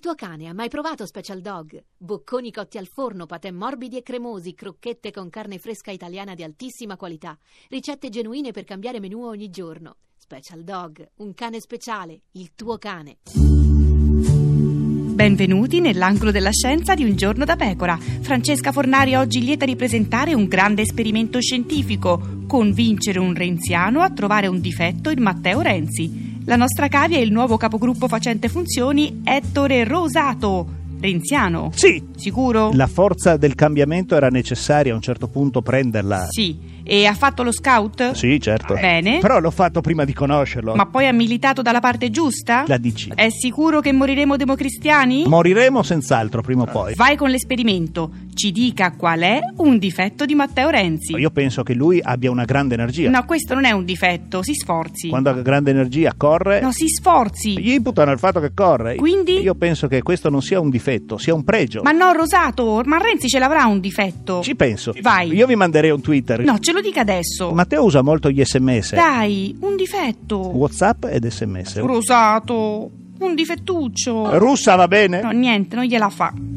tuo cane ha mai provato Special Dog? Bocconi cotti al forno, patè morbidi e cremosi, crocchette con carne fresca italiana di altissima qualità, ricette genuine per cambiare menù ogni giorno. Special Dog, un cane speciale, il tuo cane. Benvenuti nell'angolo della scienza di Un giorno da pecora. Francesca Fornari oggi lieta di presentare un grande esperimento scientifico, convincere un renziano a trovare un difetto in Matteo Renzi. La nostra cavia è il nuovo capogruppo facente funzioni Ettore Rosato, renziano. Sì, Sicuro? la forza del cambiamento era necessaria a un certo punto prenderla. Sì. E ha fatto lo scout? Sì, certo. Bene. Però l'ho fatto prima di conoscerlo. Ma poi ha militato dalla parte giusta? La dici. È sicuro che moriremo democristiani? Moriremo senz'altro prima o poi. Vai con l'esperimento, ci dica qual è un difetto di Matteo Renzi. Io penso che lui abbia una grande energia. No, questo non è un difetto, si sforzi. Quando ha grande energia corre. No, si sforzi. Gli imputano il fatto che corre. Quindi? Io penso che questo non sia un difetto, sia un pregio. Ma no, Rosato, ma Renzi ce l'avrà un difetto. Ci penso. Vai. Io vi manderei un Twitter. No, ce lo dica adesso. Matteo usa molto gli sms. Dai, un difetto. Whatsapp ed sms. Rosato, un difettuccio. Russa va bene? No, niente, non gliela fa.